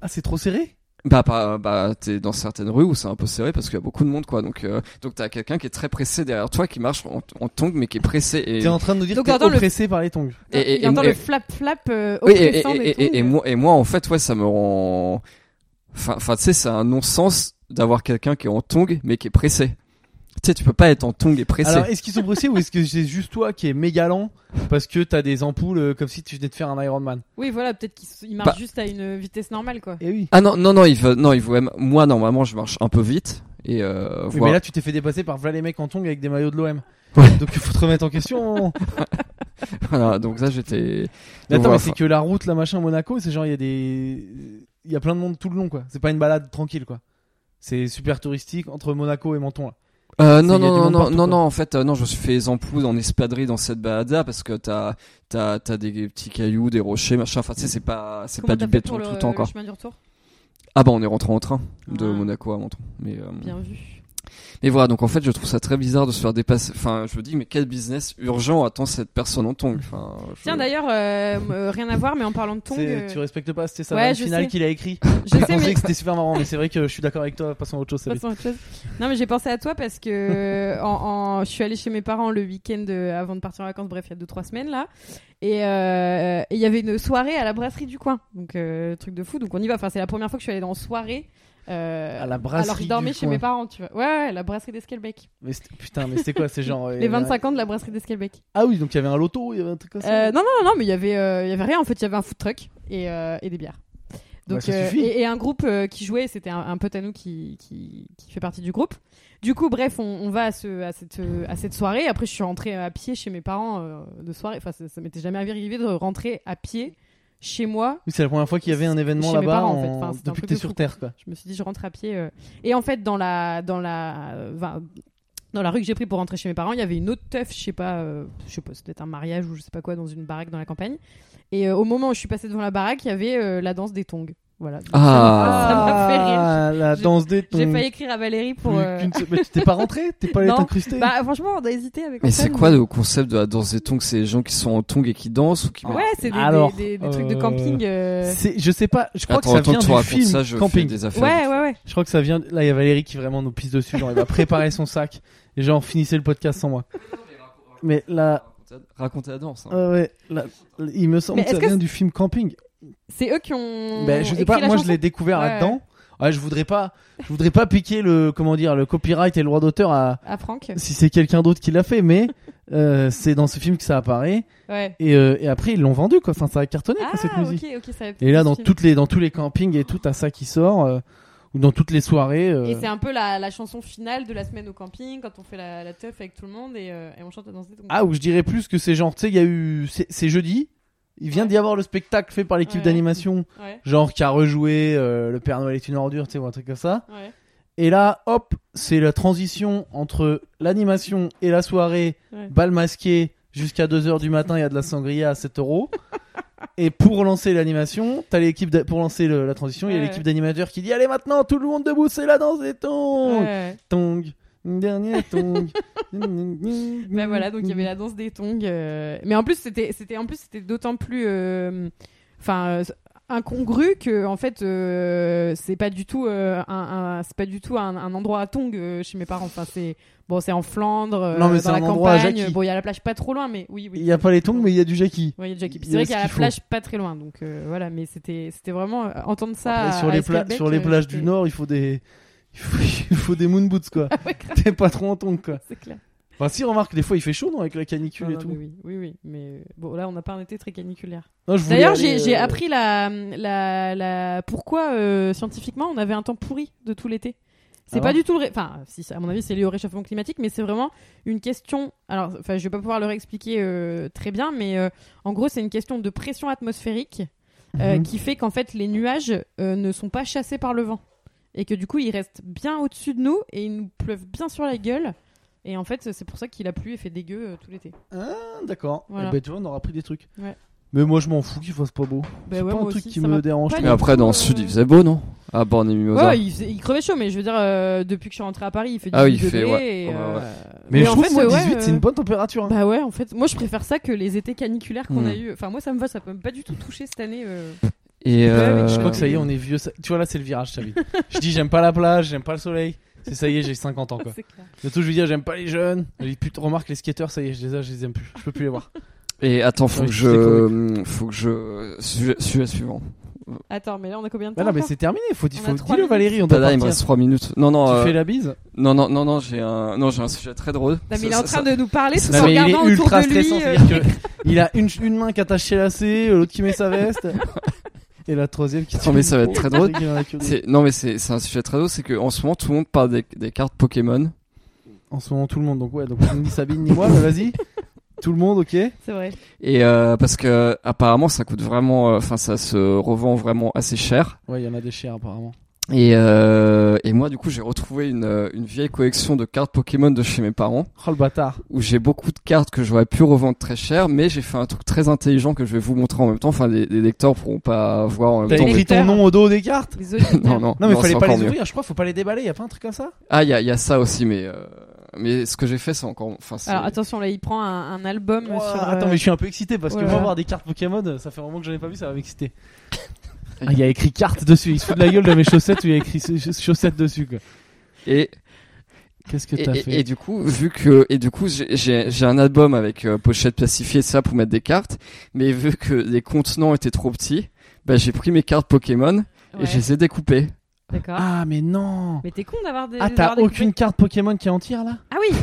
Ah, c'est trop serré Bah, bah, bah, t'es dans certaines rues où c'est un peu serré parce qu'il y a beaucoup de monde, quoi. Donc, euh, donc t'as quelqu'un qui est très pressé derrière toi, qui marche en, en tongs, mais qui est pressé. Et, T'es en train de nous dire Donc, que t'es attends, le- oppressé par les tongs. et, et, Il entend et- le flap flap euh, oui, et, et- oppressant et- des et- et tongs. moi, et moi, en fait, ouais, ça me rend. Enfin, enfin, tu sais, c'est un non-sens d'avoir quelqu'un qui est en tongs, mais qui est pressé. Tu sais, tu peux pas être en tongs et pressé. Alors, est-ce qu'ils sont pressés ou est-ce que c'est juste toi qui es méga lent parce que t'as des ampoules euh, comme si tu venais de faire un Ironman Oui, voilà, peut-être qu'ils s- ils Bah. marchent juste à une vitesse normale, quoi. Eh oui. Ah non, non, non, il veut, non, il veut, moi, normalement, je marche un peu vite. Et euh, Oui, voilà. Mais là, tu t'es fait dépasser par voilà les mecs en tongs avec des maillots de l'OM. Ouais. Donc, il faut te remettre en question. (laughs) Voilà, donc ça, j'étais. Mais donc attends, voilà, mais c'est que la route, la machin, Monaco, c'est genre, il y a des. Il y a plein de monde tout le long, quoi. C'est pas une balade tranquille, quoi. C'est super touristique entre Monaco et Menton, là. Euh, non, c'est- il y a du non, non, monde non, partout, non, quoi. non, en fait, euh, non, je me suis fait les ampoules en espadrille dans cette balada parce que t'as, t'as, t'as des petits cailloux, des rochers, machin. Enfin, tu sais, c'est pas, c'est Comment pas du t'as fait béton pour tout le temps, quoi. chemin du retour Ah bah, on est rentré en train de Ah. Monaco à Menton. Mais, euh, Bien vu. mais voilà, donc en fait, je trouve ça très bizarre de se faire dépasser. Enfin, je me dis, mais quel business urgent attend cette personne en tongs Enfin, je- Tiens, d'ailleurs, euh, euh, rien à voir, mais en parlant de tongs, C'est- euh, Tu respectes pas, c'était ça Ouais, le je final sais. qu'il a écrit. je Je (laughs) sais, pensais mais que c'était super marrant, mais c'est vrai que je suis d'accord avec toi. Passons à autre chose, ça Passons à autre chose. Non, mais j'ai pensé à toi (laughs) parce que en, en- je suis allée chez mes parents le week-end euh, avant de partir en vacances, bref, il y a 2-3 semaines là. Et euh, et il y avait une soirée à la brasserie du coin. Donc, euh, truc de fou. Donc, on y va. Enfin, c'est la première fois que je suis allée dans soirée. euh, À la alors que brasserie. je dormais du chez coin. mes parents, tu vois. Ouais, ouais, la brasserie d'Esquelbec. Mais c'était- putain, mais c'était quoi C'est genre. euh, (laughs) Les 25 ans de la brasserie d'Esquelbec. Ah oui, donc il y avait un loto, il y avait un truc comme ça. Euh, non, non, non, non, mais il y avait, euh, il y avait rien en fait. Il y avait un food truck et, euh, et des bières. Donc, Bah, ça euh, suffit. et, et un groupe euh, qui jouait, c'était un, un pote à nous qui, qui, qui fait partie du groupe. Du coup, bref, on, on va à, ce, à, cette, euh, à cette soirée. Après, je suis rentrée à pied chez mes parents euh, de soirée. Enfin, ça, ça m'était jamais arrivé de rentrer à pied chez moi Oui, c'est la première fois qu'il y avait un événement Chez mes là-bas parents, en fait. en- Enfin, c'était un depuis que truc t'es de sur fou. Terre, quoi. je me suis dit, je rentre à pied. euh. Et en fait, dans la, dans la, euh, va- dans la rue que j'ai pris pour rentrer chez mes parents, il y avait une autre teuf, je sais pas, euh, je sais pas, c'était un mariage ou je sais pas quoi, dans une baraque dans la campagne. Et euh, au moment où je suis passée devant la baraque, il y avait euh, la danse des tongs. Voilà. Donc, ça m'a- Ah. (laughs) ça m'a fait rire. Ah, la J'ai- danse des J'ai tongs. failli écrire à Valérie pour. Plus euh, qu'une se- Mais tu t'es pas rentré T'es pas allé (laughs) Non. t'incruster Bah, franchement, on a hésité avec. Mais Antoine, c'est quoi le concept de la danse des tongs C'est les gens qui sont en tongs et qui dansent ou qui Ouais, c'est des, Alors, des, des- des trucs de euh, camping. euh, C'est- Je sais pas, je crois Attends, que ça attends, vient tu du racontes film ça, je fais Camping. des affaires. Ouais, ouais, ouais. Je crois que ça vient. Là, il y a Valérie qui vraiment nous pisse dessus. Genre, elle va préparer son sac. Et genre, finissez le podcast sans moi. Mais là, Raconter la danse. ouais, hein. ouais, là, il me semble Mais que ça est-ce que vient du film Camping. C'est eux qui ont. Ben, je sais écrit pas, la moi je chanson. l'ai découvert Ouais, là-dedans. Ouais, je voudrais pas, je voudrais pas piquer le, comment dire, le copyright et le droit d'auteur à, À Franck. si c'est quelqu'un d'autre qui l'a fait, mais, euh, c'est dans ce film que ça apparaît. Ouais. Et, euh, et après, ils l'ont vendu, quoi. Enfin, ça a cartonné, quoi, Ah, cette musique. ok, ok, ça va Et là, dans peut-être- toutes les, dans tous les campings et tout, t'as ça qui sort, euh, ou dans toutes les soirées. euh, Et c'est un peu la, la chanson finale de la semaine au camping quand on fait la, la teuf avec tout le monde et, euh, et on chante la danse des tongs. Ah, ou je dirais plus que c'est genre, tu sais, il y a eu. C'est c'est jeudi. Il vient Ouais. d'y avoir le spectacle fait par l'équipe Ouais. d'animation, Ouais, genre qui a rejoué euh, Le Père Noël est une ordure, tu sais, ou un truc comme ça. ouais, Et là, hop, c'est la transition entre l'animation et la soirée, Ouais. bal masqué, jusqu'à 2h du matin, il y a de la sangria à 7 (laughs) euros. Et pour lancer l'animation, t'as l'équipe d'a- pour lancer le- la transition, il y a Ouais. l'équipe d'animateurs qui dit allez maintenant tout le monde debout, c'est la danse des tongs, ouais. tongs, une dernière (laughs) tong. Mm, Bah voilà, donc il y avait la danse des tongs. euh, Mais en plus, c'était c'était- en plus, c'était d'autant plus. euh, Enfin, euh, incongru que en fait euh, c'est pas du tout euh, un, un- c'est pas du tout un, un endroit à Tongue euh, chez mes parents. Enfin c'est bon c'est en Flandre euh, Non, mais c'est dans la un endroit à campagne. Jackie. Bon il y a la plage pas trop loin mais oui oui. Il n'y a pas les tongs, mais il y a du Jackie. Ouais, il y a Jackie. Puis il y C'est a vrai ce qu'il y a la qu'il faut. plage pas très loin donc euh, voilà mais c'était c'était vraiment euh, entendre ça Après, à- sur, à les pla- Esquelbecq, sur les euh, plages du c'était- Nord, il faut des, (laughs) il faut, il faut des moon boots, (laughs) quoi. Ah (laughs) ouais, grave, T'es pas trop en tongs, quoi. c'est clair. Enfin, si, remarque, des fois, il fait chaud, non, avec la canicule Non, et Ah, non, tout. mais oui, oui, oui, mais euh, bon, là, on n'a pas un été très caniculaire. Non, je voulais D'ailleurs, aller, j'ai (laughs) j'ai euh, appris la, la, la- pourquoi euh, scientifiquement on avait un temps pourri de tout l'été. C'est Alors pas du tout le. ré- Enfin, si, à mon avis, c'est lié au réchauffement climatique, mais c'est vraiment une question. Alors, enfin, je vais pas pouvoir le réexpliquer euh, très bien, mais euh, en gros, c'est une question de pression atmosphérique euh, Mhm. qui fait qu'en fait, les nuages euh, ne sont pas chassés par le vent et que du coup, ils restent bien au-dessus de nous et ils nous pleuvent bien sur la gueule. Et en fait, c'est pour ça qu'il a plu et fait dégueu euh, tout l'été. Ah, D'accord. Voilà. Eh ben, tu vois, on aura appris des trucs. Ouais. Mais moi, je m'en fous qu'il fasse pas beau. Bah c'est ouais, pas un moi truc aussi, qui ça me m'a dérange. pas trop. Mais après, dans le Euh, sud, il faisait beau, non À Borne et Mimosa. Ouais, il, faisait- il crevait chaud, mais je veux dire, euh, depuis que je suis rentrée à Paris, il fait 18 Ah oui, il degrés. fait- ouais, et, ouais, euh, ouais. Mais, je en trouve fait, que moi, ouais, 18, c'est euh, une bonne température. hein. Bah ouais, en fait, moi je préfère ça que les étés caniculaires qu'on Hmm. a eu. Enfin, moi ça me va, ça peut pas du tout toucher cette année. euh. Et euh, Je crois que ça y est, euh, on est vieux. ça- Tu vois, là, c'est le virage, (laughs) ça y est. Je dis, j'aime pas la plage, j'aime pas le soleil. C'est ça y est, j'ai 50 ans, quoi. (laughs) C'est clair. Bientôt, je vais dire, j'aime pas les jeunes. Les putes, remarque, les skateurs, ça y est, je les, ai, je les aime plus. Je peux plus les voir. Et attends, faut Ouais, que je sais quoi, je. Faut que je. Sujet, sujet suivant. Attends, mais là on a combien de Bah temps non, mais encore c'est terminé. Faut, On a faut, dis-le, trois minutes. Valérie, on doit Dada, il me partir. reste 3 minutes. Non, non, Tu euh, fais la bise non, non, non, non, j'ai un, non, j'ai un sujet très drôle. Non, mais il est Ça- en ça- train de nous parler tout Non, en mais il regardant est autour ultra de lui. stressant. euh, C'est-à-dire que il a une, une main qui attache chez lacet, euh, l'autre qui met sa veste, (laughs) et la troisième qui. Non, mais ça va être très drôle. Il en a que deux. C'est, non, mais c'est, c'est un sujet très drôle, c'est que en ce moment, tout le monde parle des, des cartes Pokémon. En ce moment, tout le monde. Donc ouais, donc ni Sabine ni moi, mais vas-y. Tout le monde, ok. C'est vrai. Et euh, parce que apparemment, ça coûte vraiment, euh, enfin, ça se revend vraiment assez cher. Ouais, il y en a des chers apparemment. Et, euh, et moi, du coup, j'ai retrouvé une, euh, une vieille collection de cartes Pokémon de chez mes parents, Oh le bâtard. où j'ai beaucoup de cartes que j'aurais pu revendre très cher, mais j'ai fait un truc très intelligent que je vais vous montrer en même temps. Enfin, les, les lecteurs pourront pas voir en même T'as temps. mais- écrit ton lecteur. nom au dos des cartes (laughs) Les auditeurs. Non, non, Non, mais c'est fallait pas encore les mieux. ouvrir. Je crois, faut pas les déballer. Y a pas un truc comme ça Ah, il y a, il y a ça aussi, mais euh, mais ce que j'ai fait, c'est encore. Enfin, c'est- Alors attention, là il prend un, un album Ouah, sur. euh, Attends, mais je suis un peu excité parce que ouais. moi, voir des cartes Pokémon, ça fait vraiment que j'en ai pas vu, ça va m'exciter. (laughs) Ah, Il y a écrit carte dessus, il se fout de la gueule de mes chaussettes où il y a écrit cha- chaussettes dessus. quoi. et, Qu'est-ce que et, t'as et- fait et du coup, vu que et du coup, j'ai- j'ai j'ai un album avec euh, pochette plastifiée, ça pour mettre des cartes, mais vu que les contenants étaient trop petits, bah, j'ai pris mes cartes Pokémon euh, ouais, et je les ai découpées. D'accord. Ah, mais non Mais t'es con d'avoir des. Ah, d'avoir t'as des aucune carte Pokémon qui est entière là Ah oui.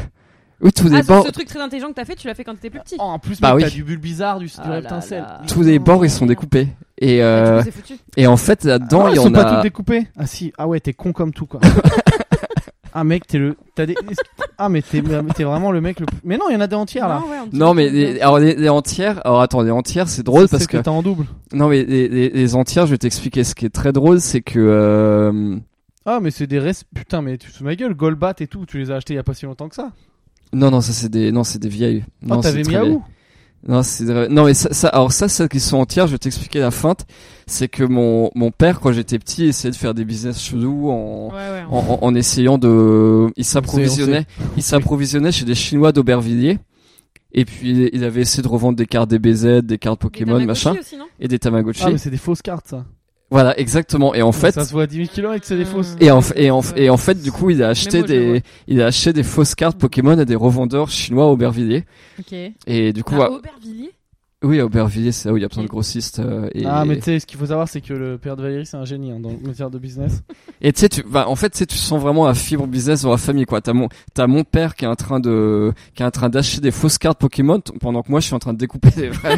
Oui, tous les Ah, bords, ce truc très intelligent que t'as fait, tu l'as fait quand t'étais plus petit. Oh, En plus, mec, Bah oui. t'as du bulle bizarre, du, du Ah là reptincelle. là. Mais tous les non. bords ils sont découpés. Et Ah, du euh, coup, c'est foutu. et en fait là-dedans, Ah, il ils y sont en pas tous a. découpés Ah si, ah ouais, t'es con comme tout (laughs) quoi. ah mec, t'es le. T'as des. Ah, mais t'es mais t'es vraiment le mec le plus. Mais non, il y en a des entières là. Non, ouais, on te Non dit mais que c'est les, alors les, les entières, alors attends les entières c'est drôle C'est parce ce que que t'as en double. non mais les, les, les entières je vais t'expliquer ce qui est très drôle c'est que euh, Ah, mais c'est des restes. Putain, mais tu te fous de ma gueule, Golbat et tout, tu les as achetés il y a pas si longtemps que ça. non non ça c'est des non c'est des vieilles Oh, non t'avais c'est très Miaou vieille. Non, c'est vrai. non mais ça, ça- alors ça celles qui sont entières, je vais t'expliquer la feinte, c'est que mon mon père quand j'étais petit essayait de faire des business chelous en Ouais, ouais, en, en- en essayant de il On s'improvisionnait, il s'improvisionnait chez des chinois d'Aubervilliers et puis il avait essayé de revendre des cartes DBZ, des cartes Des Pokémon, Tamagotchi machin aussi, non et des Tamagotchi. Ah, mais c'est des fausses cartes ça. Voilà, exactement. Et en fait Ça se voit à 10 000 km, c'est des Hmm. fausses. et en, f- et, en, f- et en fait, du coup, il a acheté moi, je le vois. des, il a acheté des fausses cartes Pokémon à des revendeurs chinois à Aubervilliers. Ok. Et du coup, Ah, à- Aubervilliers oui, à Aubervilliers, c'est là où il y a plein de grossistes. euh, et... Ah, mais tu sais, ce qu'il faut savoir, c'est que le père de Valérie, c'est un génie hein, dans le matière de (laughs) business. Et tu sais, tu, bah, en fait, tu sais, tu sens vraiment la fibre business dans la famille, quoi. T'as mon, t'as mon père qui est en train de, qui est en train d'acheter des fausses cartes Pokémon, t- pendant que moi, je suis en train de découper (laughs) des vraies.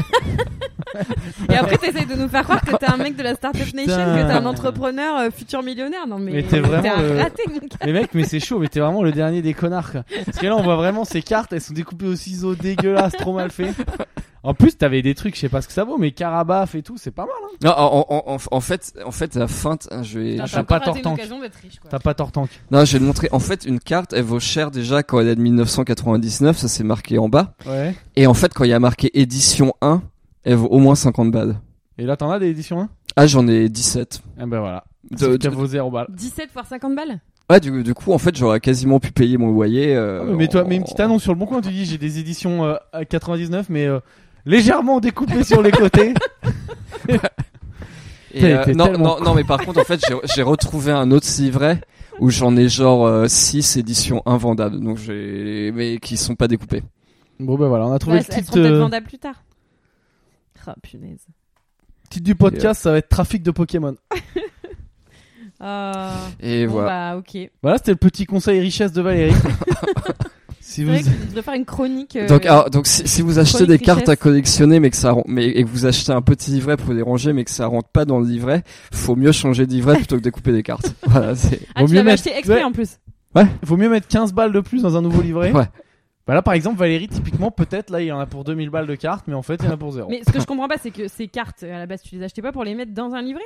Et après, t'essayes de nous faire croire que t'es un mec de la Startup Nation, Putain. que t'es un entrepreneur euh, futur millionnaire. Non, mais, Mais t'es vraiment un le- raté, mon gars. mais mec, mais c'est chaud, mais t'es vraiment le dernier des connards. Quoi. Parce que là, on voit vraiment ces cartes, elles sont découpées au ciseau, dégueulasses, trop mal fait. En plus, t'avais des trucs, je sais pas ce que ça vaut, mais Carabaf et tout, c'est pas mal. hein. non, en, en, en, en fait, en fait, la feinte, hein, je vais, Putain, t'as t'as pas encore raté une Tortank. occasion d'être riche, quoi. T'as pas Tortank. non, je vais le montrer. En fait, une carte, elle vaut cher déjà quand elle est de 1999, ça c'est marqué en bas. Ouais. Et en fait, quand il y a marqué édition 1, elle vaut au moins 50 balles. Et là, t'en as des éditions 1 Ah, j'en ai 17. Eh ben voilà. De- T'as de- vaut 0 balles. 17 fois 50 balles ouais, du, du coup, en fait, j'aurais quasiment pu payer mon loyer. euh, Ah, mais, mais toi, en- mais une petite annonce sur le bon coin, tu dis j'ai des éditions euh, à 99, mais euh, légèrement découpées sur les côtés. Et, T'es- euh, t'es non, tellement non, non, mais par contre, en fait, j'ai- j'ai retrouvé un autre vrai où j'en ai genre 6 éditions invendables, donc j'ai, mais qui sont pas découpées. (laughs) Bon, ben voilà, on a trouvé Bah, le elles titre, seront peut-être euh, vendables plus tard. Ah punaise. titre du podcast, ça va être Trafic de Pokémon. Ah. Et Bon, voilà. Bah, ok. Voilà, c'était le petit conseil richesse de Valérie. (laughs) si C'est vous... vrai que tu devrais faire une chronique. euh, Donc, alors, donc si, si vous achetez des Chronique cartes à richesse. collectionner, mais que ça, ren- mais et que vous achetez un petit livret pour les ranger, mais que ça rentre pas dans le livret, faut mieux changer de livret plutôt que de couper des cartes. (laughs) Voilà, c'est. Ah, vaut tu mieux l'avais mettre- acheté exprès Ouais. en plus. Vaut mieux mettre 15 balles de plus dans un nouveau livret. Ouais. Bah là, par exemple, Valérie, typiquement, peut-être, là, il en a pour 2000 balles de cartes, mais en fait, il en a pour zéro. Mais ce que je comprends pas, c'est que ces cartes, à la base, tu les achetais pas pour les mettre dans un livret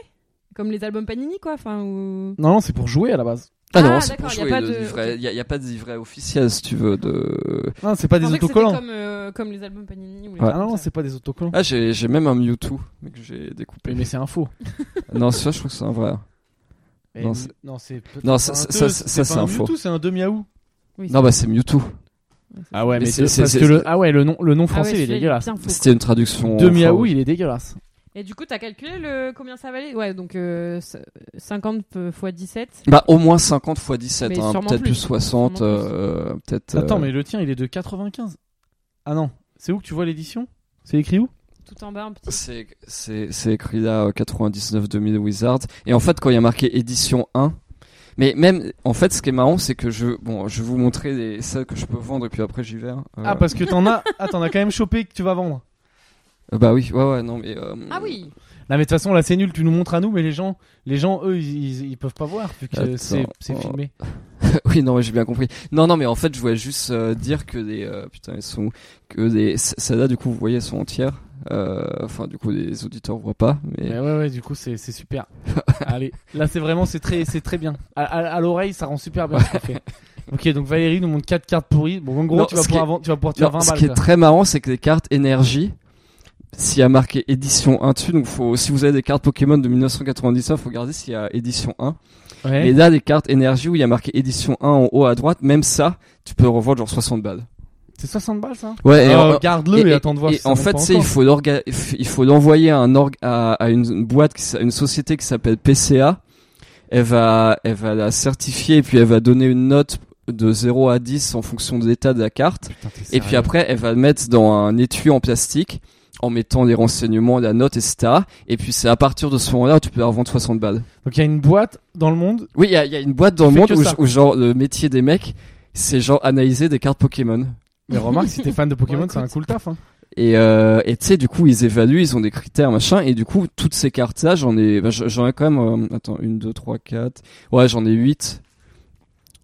Comme les albums Panini, quoi. Enfin, ou. Non, non, c'est pour jouer à la base. Ah, non, Ah, c'est pour d'accord, y a jouer pas le de- livret. ok. Y a, y a pas de livret officiel, si tu veux, de. Non, c'est pas Je des pensais que c'était autocollants. Comme, euh, comme les albums Panini. Ou les Ouais. Ah non, non, c'est pas des autocollants. Ah, j'ai, j'ai même un Mewtwo, mais que j'ai découpé. Mais c'est un faux. Non, ça, je trouve que c'est un vrai. Mais Non, mi- c'est- Non, c'est peut-être Non, pas ça- un ça- deux, ça- ça, c'est pas un Mewtwo, C'est un demi-aou. Oui, Non, bah, c'est Mewtwo. Ah ouais, Mais mais, c'est- de- c'est- parce c'est- que le ah ouais, le nom le nom Ah français il ouais, est celui-là, dégueulasse. bien fou, quoi. C'était une traduction. De en Miaou, français. il est dégueulasse. Et du coup, t'as calculé le... combien ça valait Ouais, donc euh, c- 50 x 17. Bah, au moins 50 x 17, Mais hein, sûrement peut-être plus. plus 60, Sûrement plus. euh, peut-être. Attends, euh, mais le tien, il est de 95. Ah non, c'est où que tu vois l'édition C'est écrit où Tout en bas, un petit. C'est, c'est, c'est écrit là, euh, 99-2000 Wizards. Et en fait, quand il y a marqué édition 1, mais même, en fait, ce qui est marrant, c'est que je, bon, je vais vous montrer les, celles que je peux vendre et puis après j'y vais. hein. Euh, Ah parce que t'en as (laughs) ah t'en as quand même chopé que tu vas vendre. euh, Bah oui, ouais, ouais, non, mais. euh, Ah oui Non mais de toute façon là c'est nul, tu nous montres à nous mais les gens les gens eux ils, ils- ils peuvent pas voir vu que Attends, c'est c'est oh. filmé. (laughs) oui, non, mais j'ai bien compris. Non, non, mais en fait, je voulais juste euh, dire que des, euh, putain, elles sont, où que des, c- celles-là, du coup, vous voyez, elles sont entières. Euh, Enfin, du coup, les auditeurs voient pas, mais. Mais ouais ouais, du coup c'est c'est (laughs) super. Allez, là c'est vraiment c'est très c'est très bien. À, à- à l'oreille ça rend super bien ce qu'on fait. OK, donc Valérie nous montre quatre cartes pourries. Bon en gros Non, tu vas ce pouvoir qui vendre- tu vas pouvoir tu Non, vas 20 ce balles. qui est quoi. très marrant, c'est que les cartes énergie, s'il y a marqué édition 1 dessus, donc faut, si vous avez des cartes Pokémon de 1999, faut regarder s'il y a édition 1. Ouais. Et là, les cartes énergie où il y a marqué édition 1 en haut à droite, même ça, tu peux revendre genre 60 balles. C'est 60 balles ça Ouais, Euh, en- Garde-le et, attends de voir et si ça en monte fait, pas c'est, il encore. faut l'orga- il faut l'envoyer à un org, à, à une, une boîte, qui, s'a- une société qui s'appelle PCA. Elle va, elle va la certifier et puis elle va donner une note de 0 à 10 en fonction de l'état de la carte. Putain, t'es Et sérieux. puis après, elle va le mettre dans un étui en plastique en mettant les renseignements, la note, etc. Et puis c'est à partir de ce moment-là où tu peux leur vendre 60 balles. Donc il y a une boîte dans le monde. Oui, il y a, il y a une boîte dans le Fait monde que où, ça. où genre le métier des mecs, c'est genre analyser des cartes Pokémon. (laughs) Mais remarque, si t'es fan de Pokémon, Ouais, c'est un écoute. cool taf. Hein. Et euh, et tu sais, du coup, ils évaluent, ils ont des critères, machin. Et du coup, toutes ces cartes-là, j'en ai, bah, j'en ai quand même, euh, attends, une, deux, trois, quatre. Ouais, j'en ai huit.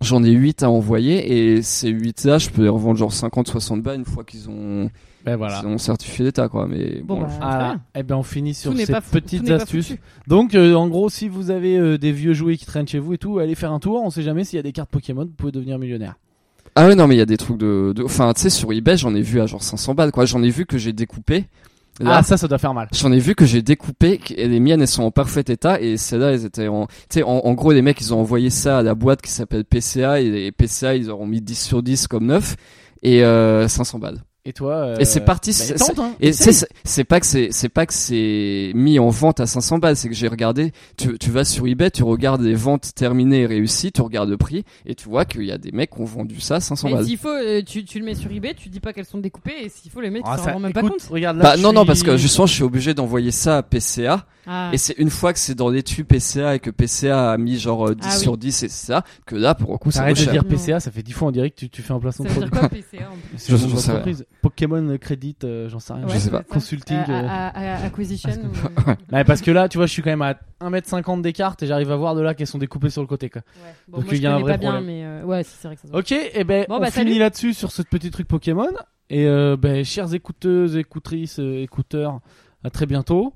J'en ai huit à envoyer. Et ces huit-là, je peux les revendre genre 50, 60 balles une fois qu'ils ont, Ben voilà. qu'ils ont certifié l'état, quoi. Mais Bon, bon, bah, je- très Ah, bien. et ben on finit sur Tout n'est ces pas fou- tout petites n'est pas astuces. foutu. Donc euh, en gros, si vous avez euh, des vieux jouets qui traînent chez vous et tout, allez faire un tour. On sait jamais s'il y a des cartes Pokémon, vous pouvez devenir millionnaire. Ah ouais, non, mais il y a des trucs de. de- Enfin, tu sais, sur eBay, j'en ai vu à genre 500 balles, quoi. J'en ai vu que j'ai découpé. Là, Ah ça, ça doit faire mal. J'en ai vu que j'ai découpé, que- et les miennes, elles sont en parfait état, et celles-là, elles étaient en. Tu sais, en, en gros, les mecs, ils ont envoyé ça à la boîte qui s'appelle PCA, et les PCA, ils auront mis 10 sur 10 comme 9, et euh, 500 balles. Et toi euh, Et c'est parti, bah, c'est- tente, hein. Et tu sais, Essaye. c'est c'est pas que c'est c'est pas que c'est mis en vente à 500 balles, c'est que j'ai regardé. Tu, tu vas sur eBay, tu regardes les ventes terminées et réussies, tu regardes le prix et tu vois qu'il y a des mecs qui ont vendu ça à 500 Mais balles. s'il faut, euh, tu, tu le mets sur eBay, tu dis pas qu'elles sont découpées, et s'il faut, les mecs, Ah, ils s'en ça- rendent même pas écoute, compte. Regarde là. Bah je non non suis- parce que justement je suis obligé d'envoyer ça à PCA Ah. et c'est une fois que c'est dans les tubes PCA et que PCA a mis genre euh, 10 Ah oui. sur 10 et ça que là pour le coup ça Arrête de recherche. dire Non. PCA, ça fait 10 fois en direct que tu, tu fais un placement Ça de veut dire produit. quoi, PCA en plus C'est une Je- je sais rien. entreprise. Pokémon Credit, euh, j'en sais rien. Je sais hein. ça pas. doit être ça. Consulting, Euh, euh. à- à- à- Acquisition. euh, (laughs) ou- Ouais, Bah, parce que là, tu vois, je suis quand même à 1m50 des cartes et j'arrive à voir de là qu'elles sont découpées sur le côté. Quoi. Ouais. Bon, Donc, moi, il y a je un connais vrai pas bien, problème. mais euh, ouais, si, c'est vrai que ça se voit. Ok, et ben Bon, on bah, finit salut. là-dessus sur ce petit truc Pokémon. Et euh, ben, chères écouteuses, écoutrices, euh, écouteurs, à très bientôt.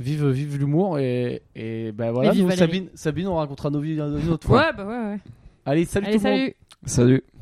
Vive, vive l'humour et, et ben voilà. Et vive nous, Valérie. Sabine, Sabine, on racontera nos vies une autre fois. Ouais, bah ouais, ouais. Allez, salut Allez, tout le monde. salut. Salut.